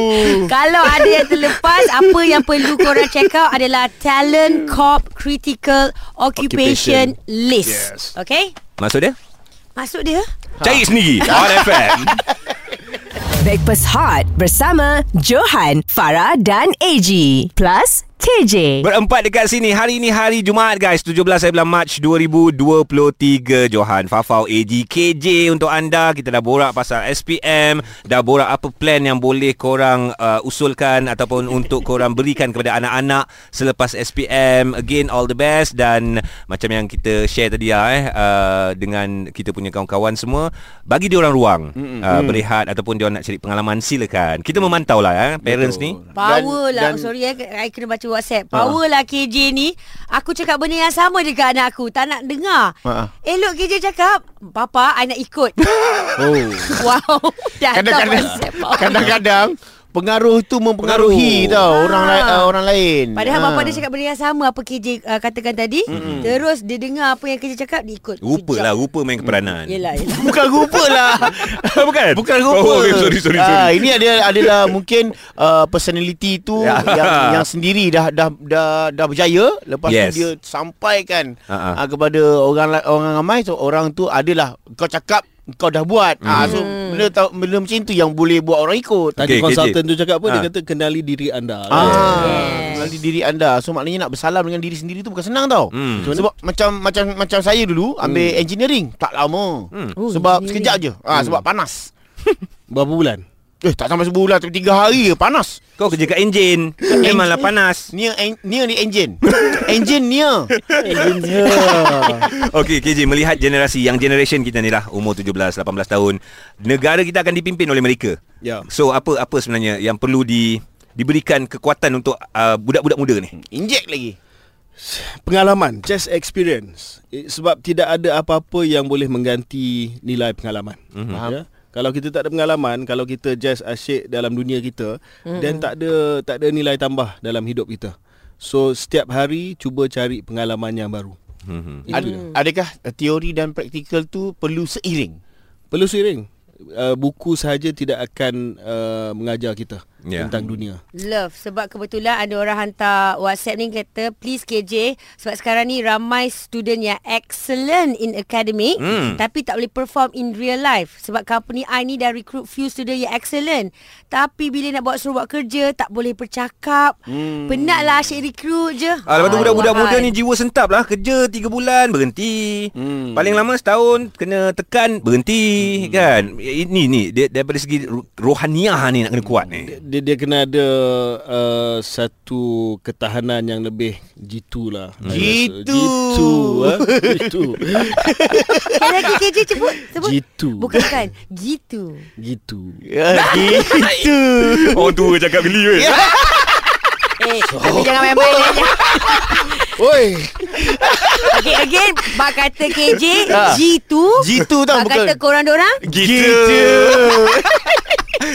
D: Kalau ada yang terlepas, apa yang perlu korang check out adalah Talent Corp Critical Occupation, List.
C: Yes.
D: Okay?
B: Maksud dia?
D: Masuk dia.
B: Cari sendiri. On FM.
A: Breakfast Hot bersama Johan, Farah dan AG. Plus KJ.
B: Berempat dekat sini Hari ini hari Jumaat guys 17 bulan Mac 2023 Johan Fafau AG KJ untuk anda Kita dah borak pasal SPM Dah borak apa plan yang boleh korang uh, usulkan Ataupun untuk korang berikan kepada anak-anak Selepas SPM Again all the best Dan macam yang kita share tadi lah eh uh, Dengan kita punya kawan-kawan semua Bagi dia orang ruang uh, Berehat Ataupun dia orang nak cari pengalaman Silakan Kita memantau lah eh, Parents ni
E: Dan-
D: Power dan, lah
E: dan-
D: dan, Sorry eh I kena baca whatsapp Power lah KJ ni Aku cakap benda yang sama Dekat anak aku Tak nak dengar
E: Ha.
D: Elok KJ cakap Papa I nak ikut
C: Oh.
D: Wow Dah tahu
E: Kadang-kadang
D: whatsapp power.
E: kadang-kadang pengaruh tu mempengaruhi
B: Pengaruh. Ah.
E: tau orang lai- uh, orang lain.
D: Padahal
E: Ha.
D: bapa dia cakap benda yang sama Apa KJ uh, katakan tadi mm-hmm. Terus dia dengar Apa yang KJ cakap Dia ikut
B: Rupa lah Rupa main keperanan
D: Yelah, yelah.
E: Bukan rupa lah
B: Bukan?
E: Bukan rupa
B: Oh, okay, sorry, sorry, sorry.
E: Ah, Ini ada, adalah mungkin uh, Personality tu
B: Ya.
E: yang, yang sendiri dah dah dah, dah berjaya Lepas
B: Yes.
E: tu dia sampaikan
B: Ha, ha.
E: uh, Kepada orang la- orang ramai so, Orang tu adalah Kau cakap Kau dah buat mm. So
B: Hmm.
E: benda, tau- benda macam tu yang boleh buat orang ikut
C: Tadi
B: Okey, KJ.
C: okay, konsultan tu cakap apa? Dia
B: Ha.
C: kata kenali diri anda.
E: Ah, kenali diri anda. So maknanya nak bersalam dengan diri sendiri tu bukan senang tau.
B: Hmm.
E: Sebab macam macam macam saya dulu ambil engineering tak lama.
B: Hmm.
D: Hmm. Oh,
E: Sebab
D: engineering.
E: sekejap je. Ah sebab panas.
C: Berapa bulan?
E: Eh tak sampai sebulan tapi tiga hari je panas.
B: Kau kerja kat enjin Memanglah panas
E: Near en- near ni engine. engine near.
B: Okey KJ Melihat generasi Yang generation kita ni lah Umur 17-18 tahun Negara kita akan dipimpin oleh mereka
C: Ya.
B: So apa apa sebenarnya Yang perlu di Diberikan kekuatan untuk uh, Budak-budak muda ni
E: Inject lagi.
C: Pengalaman, just experience. Eh, Sebab tidak ada apa-apa yang boleh mengganti nilai pengalaman. Mm-hmm. Ya? Kalau kita tak ada pengalaman, kalau kita just asyik dalam dunia kita, mm-hmm. then tak ada tak ada nilai tambah dalam hidup kita. So setiap hari cuba cari pengalaman yang baru.
D: Hmm.
B: Mhm.
E: Ad- adakah eh, teori dan praktikal tu perlu seiring?
C: Perlu seiring. Uh, buku sahaja tidak akan uh, mengajar kita
B: Ya.
C: yeah. tentang dunia.
D: Love Sebab kebetulan ada orang hantar Whatsapp ni kata Please KJ Sebab sekarang ni ramai student yang excellent in academic mm.
B: Hmm.
D: Tapi tak boleh perform in real life Sebab company I ni dah recruit few student yang excellent Tapi bila nak buat suruh buat kerja Tak boleh bercakap mm. Penat lah asyik recruit je
B: Hmm. Ah, lepas tu
D: Hai,
B: budak-budak
D: wahai.
B: muda ni jiwa sentap lah Kerja 3 bulan Berhenti hmm. Paling lama setahun Kena tekan Berhenti hmm. Kan Ini ni dia, Daripada segi ru- Rohaniah ni Nak kena kuat ni
C: dia dia kena ada uh, satu ketahanan yang lebih jitu lah. I rasa.
E: Jitu.
C: Jitu. eh? Jitu.
D: Sekali Eh, lagi KJ sebut, sebut.
C: Gitu.
D: Bukan bukan Gitu
C: Jitu.
E: Ya, gitu.
B: Orang tua cakap geli kan
D: Eh Tapi jangan main-main eh.
C: Oi.
D: Okay again Bak kata KJ
B: Ah.
D: Gitu
E: Gitu tau
D: Bak kata
E: bukan.
D: korang-dorang
B: Gitu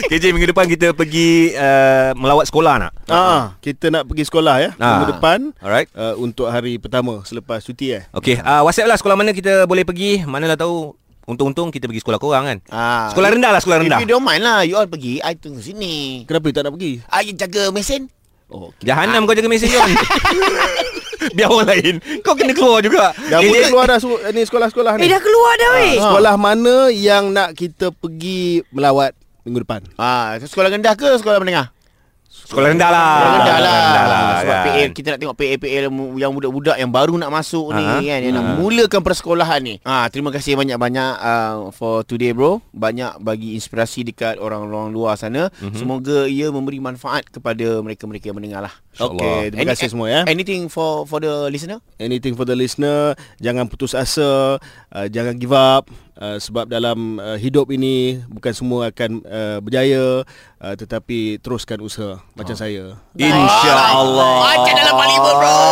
B: KJ minggu depan kita pergi uh, Melawat sekolah nak
C: Ah, kita nak pergi sekolah ya
B: Ah.
C: minggu depan.
B: Alright.
C: Uh, untuk hari pertama selepas cuti eh.
B: Okey, uh, WhatsApp lah sekolah mana kita boleh pergi. Manalah tahu untung-untung kita pergi sekolah korang kan.
E: Ah,
B: Sekolah rendah lah, sekolah rendah.
E: If you don't mind lah, you all pergi, I tunggu sini.
C: Kenapa you tak nak pergi?
B: Oh,
E: I jaga mesin.
B: Jahanam kau jaga mesin John. Biar orang lain Kau kena keluar juga
C: Dah
B: Eh,
C: boleh
B: dia-
C: keluar dah su- eh, ni sekolah-sekolah ni.
D: Eh dah keluar dah weh
C: Ha. Sekolah mana yang nak kita pergi melawat minggu depan?
E: Ah, sekolah rendah ke sekolah menengah?
B: Sekolah rendah lah
E: Sekolah rendah lah.
B: Rendah lah
E: Sebab
B: kan.
E: PA, kita nak tengok PA-PA yang budak-budak yang baru nak masuk uh-huh.
B: Aha.
E: ni kan. Yang uh-huh. nak mulakan persekolahan ni. Ah, terima kasih banyak-banyak uh, for today bro. Banyak bagi inspirasi dekat orang-orang luar sana. Uh-huh. Semoga ia memberi manfaat kepada mereka-mereka yang mendengar lah.
C: InsyaAllah.
E: terima
C: Any-
E: kasih semua ya. Anything for for the listener?
C: Anything for the listener, jangan putus asa, uh, jangan give up uh, sebab dalam uh, hidup ini bukan semua akan uh, berjaya uh, tetapi teruskan usaha macam saya.
B: InsyaAllah
E: Macam dalam parlimen bro.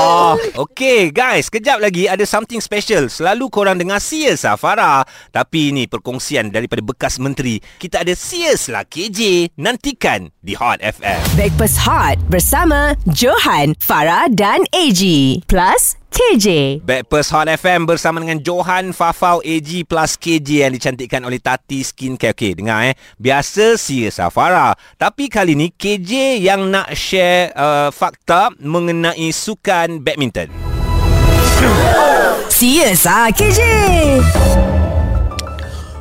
B: Okay guys Kejap lagi ada something special Selalu korang dengar Sears lah Farah Tapi ini perkongsian daripada bekas menteri Kita ada Sears lah KJ Nantikan di Hot FM
A: Breakfast Hot bersama Johan, Farah dan AG. Plus KJ.
B: Backpers Hot FM bersama dengan Johan Fafau AG plus KJ yang dicantikkan oleh Tati Skincare. Okey, dengar eh. Biasa Sia Safara. Tapi kali ni KJ yang nak share uh, fakta mengenai sukan badminton.
A: Serius ah KJ.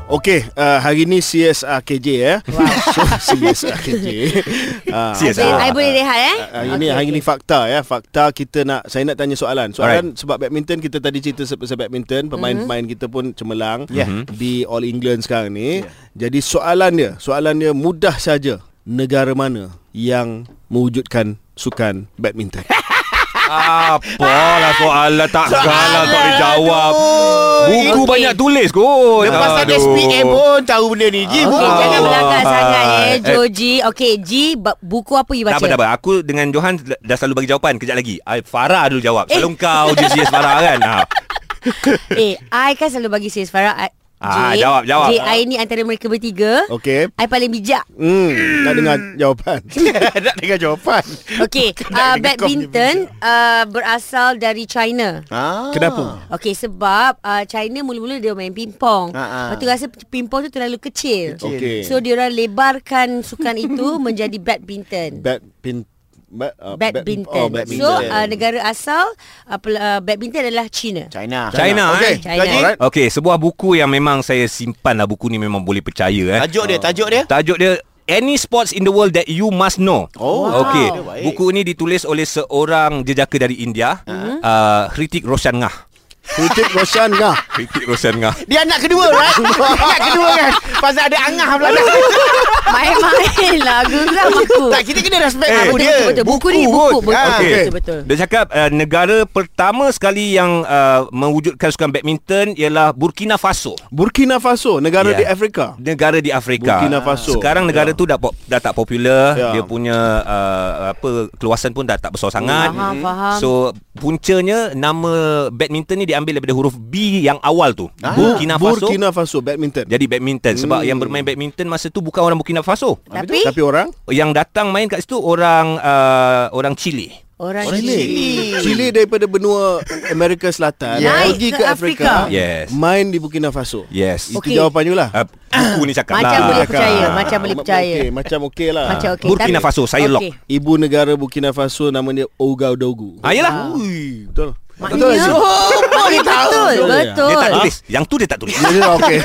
C: Okey, uh, hari ni CSRKJ eh. Wow. so CSRKJ. uh,
B: Serious
D: Saya
B: ah.
D: I boleh rehat eh
C: Hari ni hari ni fakta ya, fakta kita nak saya nak tanya soalan. Soalan Alright. sebab badminton kita tadi cerita se- pasal
D: Mhm.
C: badminton, pemain-pemain mm-hmm. kita pun cemerlang yeah. di All England sekarang ni. Yeah. Jadi soalan dia, soalan dia mudah saja. Negara mana yang mewujudkan sukan badminton?
B: Apalah lah soalan takkan lah kau boleh jawab. Buku
D: Okey.
B: banyak tulis kot.
E: Lepas ada
B: Aduh.
E: SPA pun tahu benda ni. Ji,
D: Okay,
E: bukan
D: jangan
B: Allah.
D: belakang sangat eh
B: Eh.
D: Joji Okay G ba- Buku apa you baca?
B: Tak apa, tak apa. Aku dengan Johan dah selalu bagi jawapan. Kejap lagi. I, Farah dulu jawab. Selalu
D: Eh.
B: kau je Sia Farah kan. Ha.
D: Eh I kan selalu bagi sis Farah I,
B: Ah, jawab, jawab.
D: J, I ni antara mereka bertiga
C: Okey.
D: I paling bijak
C: Hmm, nak dengar jawapan.
E: nak dengar jawapan.
D: Okay uh, Badminton uh, Berasal dari China
E: Ah.
C: Kenapa?
D: Okay sebab uh, China mula-mula dia main pingpong
E: Ah, ah.
D: Lepas tu rasa pingpong tu terlalu kecil
C: Okey.
D: So diorang lebarkan sukan itu menjadi badminton
C: Badpin bad, uh, bad-
D: Badminton.
C: Oh,
D: So
C: badminton.
D: uh, negara asal uh, pel- uh, badminton adalah China.
E: China.
B: China,
E: Okey,
B: eh.
D: China.
E: Haji.
C: Alright.
B: Okey, sebuah buku yang memang saya simpan lah. Buku ni memang boleh percaya. Eh.
E: Tajuk dia, tajuk dia.
B: Tajuk dia Any sports in the world that you must know.
E: Oh,
B: Okey.
E: dia baik.
B: Buku ni ditulis oleh seorang jejaka dari India, uh, Hritik Roshan Ngah.
C: Kritik Roshan kah?
B: Hritik Roshan Ngah.
E: Dia anak kedua right Anak kedua kan Pasal ada angah belakang
D: Main-main lah geram aku.
E: Tak kita kena respect
B: Eh,
E: eh,
D: Betul,
E: aku dia
D: betul, betul. Buku ni, buku,
E: kot.
D: buku.
E: Ah,
D: Okey.
B: Okey.
D: Betul, betul.
B: Dia cakap uh, negara pertama sekali yang uh, mewujudkan sukan badminton ialah Burkina Faso.
C: Burkina Faso, negara
B: Ya.
C: yeah. di Afrika.
B: Negara di Afrika.
C: Ah. Burkina Faso.
B: Sekarang negara tu dah pop, dah tak popular,
C: Ya.
B: dia punya uh, apa keluasan pun dah tak besar sangat.
D: Hmm, Faham,
C: Mhm.
D: faham.
B: So puncanya nama badminton ni diambil daripada huruf B yang awal tu.
E: Ah.
B: Burkina Faso. Ya.
C: Burkina Faso badminton.
B: Jadi badminton sebab
C: Hmm.
B: yang bermain badminton masa tu bukan orang Burkina Faso.
D: Tapi
C: Tapi orang
B: Yang datang main kat situ orang uh, orang Chile.
D: orang Chile.
C: Chile. Chile daripada benua Amerika Selatan
D: Yeah. Naik
C: pergi
D: ke
C: ke Afrika.
D: Afrika.
B: Yes.
C: Main di Burkina Faso.
B: Yes.
C: Itu
D: Okey.
C: jawapan you lah.
B: Uh, buku ni cakap
D: Macam
B: lah.
D: boleh
C: Cakap.
D: percaya, macam boleh
C: Ma-
D: percaya.
C: Okey, macam okey lah.
D: Macam okey.
B: Burkina
D: tapi-
B: Faso, saya lock.
D: Okey.
C: Ibu negara Burkina Faso nama dia Ouagadougou.
B: Ah, yelah.
C: Ui, betul.
D: Maknanya Betul, betul,
C: Betul.
B: Dia tak
D: betul.
B: tulis. Yang tu dia tak tulis.
C: Ya, ya, okey.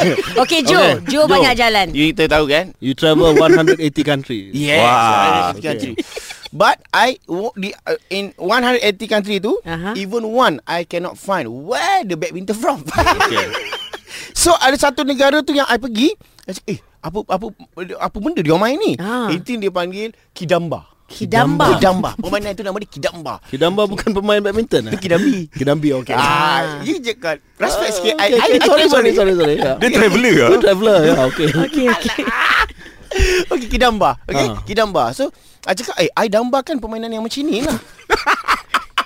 D: Okey, Jo.
C: Okey.
D: Jo
C: Jo.
D: banyak jalan.
E: You kita tahu kan
C: You travel 180 countries.
E: Yes
B: Wah.
E: 180 country But I wo- di, uh, In 180 country tu
D: Aha.
E: Even one I cannot find Where the badminton from okay. So ada satu negara tu Yang I pergi I cakap, Eh apa apa apa benda dia main ni?
D: Ah.
E: Itu dia panggil kidamba.
D: Kidamba.
E: Kidamba. Permainan itu nama dia kidamba.
C: Kidamba bukan pemain badminton. eh?
E: Kidambi.
C: Kidambi okey.
E: Ah, you je kan. Respect sikit. I, I,
C: Okey, okey,
E: I,
C: sorry,
E: I
C: sorry, sorry, sorry. Ya.
B: Dia traveller ke?
C: You traveller ya, okey.
D: Okey, okey.
E: Okay, kidamba. Okay,
C: Ha.
E: kidamba. So, I cakap, eh, I dambakan permainan yang macam ni lah.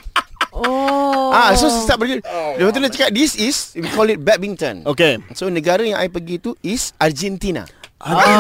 D: Oh.
E: Ah, so, start pergi.
C: Oh.
E: Lepas tu dia cakap, this is, we call it badminton.
C: Okey.
E: So, negara yang I pergi tu is Argentina.
C: Argentina.
D: Okey,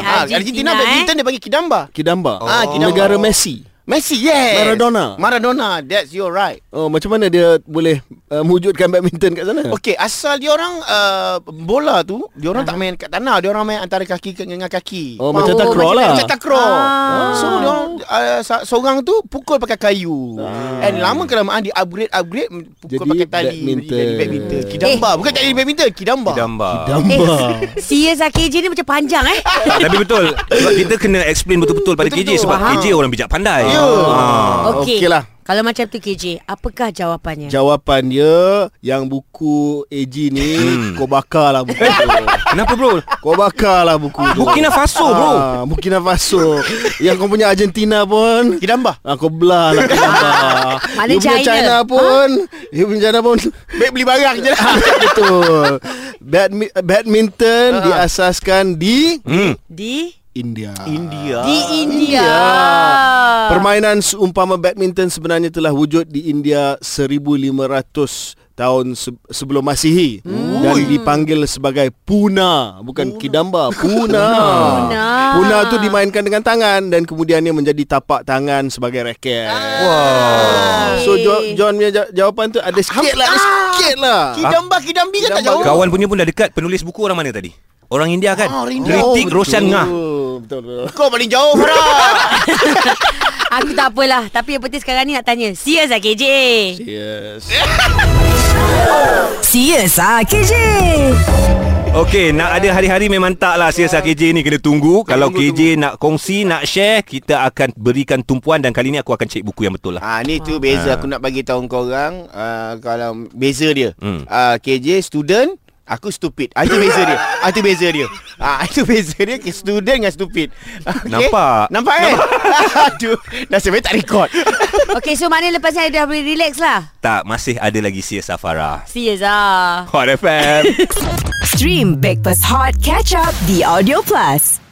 E: Ah,
D: Argentina,
E: Argentina
D: eh.
E: badminton dia panggil kidamba.
C: Kidamba. Oh.
E: Ah, Kidamba.
C: Negara Messi.
E: Messi, yes.
C: Maradona.
E: Maradona, that's your right.
C: Oh, macam mana dia boleh uh, mewujudkan badminton kat sana?
E: Okey, asal dia orang uh, bola tu, dia orang tak main kat tanah, dia orang main antara kaki ke- dengan kaki.
C: Oh, macam takraw
E: macam-
C: lah.
E: Macam takraw. Ah. So dia orang uh, sa- seorang tu pukul pakai kayu. Ah. And lama kelamaan dia upgrade upgrade pukul
C: Jadi
E: pakai tali
C: badminton.
E: jadi badminton. Kidamba, bukan tak jadi badminton, kidamba.
B: Damba.
C: Damba.
D: Serius lah KJ ni macam panjang eh
B: Ah, Tapi betul Sebab kita kena explain betul-betul pada KJ
E: Betul-betul.
B: Sebab
E: Faham.
B: KJ orang bijak pandai
E: Ya.
B: Ah.
C: okey
D: Okey
C: lah.
D: Kalau macam tu KJ Apakah jawapannya?
C: Jawapan dia yang buku AG ni
B: Hmm.
C: kau bakarlah buku tu.
B: Kenapa bro?
C: Kau bakarlah buku tu.
B: Burkina Faso, bro.
C: Ah, Burkina Faso. yang kau punya Argentina pun
E: Kidamba.
C: Ah, kau belah lah kau belah.
D: Mana
C: you punya
D: China? Ha?
C: China pun You punya China pun Ah,
E: Baik beli barang je lah.
C: Betul Badmi- Badminton
E: Ah.
C: Diasaskan di
B: Hmm.
D: Di
C: India
E: India.
D: Di India
E: Ah.
C: Permainan seumpama badminton sebenarnya telah wujud di India 1500 tahun se- sebelum Masihi
E: Hmm.
C: dan dipanggil sebagai puna bukan kidamba puna.
D: Puna.
C: Puna tu dimainkan dengan tangan dan kemudiannya menjadi tapak tangan sebagai raket.
D: Ah.
C: So Jo- John punya ja- jawapan tu ada sikit lah ada sikit lah.
E: Kidamba, kidambi kan tak jauh.
C: Kidamba.
B: Kawan punya pun dah dekat Penulis buku orang mana tadi? Orang India kan?
E: Ah, orang India.
B: Ritik
C: Oh, betul.
B: Roshan Ngah
C: Betul betul.
E: Kau paling jauh, Farah.
D: Aku tak apalah Tapi yang penting sekarang ni nak tanya Serius lah KJ
C: Yes.
A: Serius ah KJ.
B: Okey, nak ada hari-hari memang tak lah Serius lah KJ ni kena tunggu Kalau KJ nak kongsi, nak share Kita akan berikan tumpuan Dan kali ni aku akan cek buku yang betul lah
E: Ah ni tu beza aku nak bagi tahu korang uh, kalau beza dia.
B: Hmm.
E: Hmm. Uh, KJ student Aku stupid Ah, Itu beza dia Ah, Itu beza dia ah, Itu beza dia okay, Student dengan stupid okay?
B: Nampak.
E: Nampak kan Aduh Nasib baik tak record
D: Okay so maknanya lepas ni Dah boleh relax lah
B: Tak, masih ada lagi Serius Safara
D: Serius lah
B: Hot FM
A: Stream Breakfast Hot Catch Up The Audio Plus.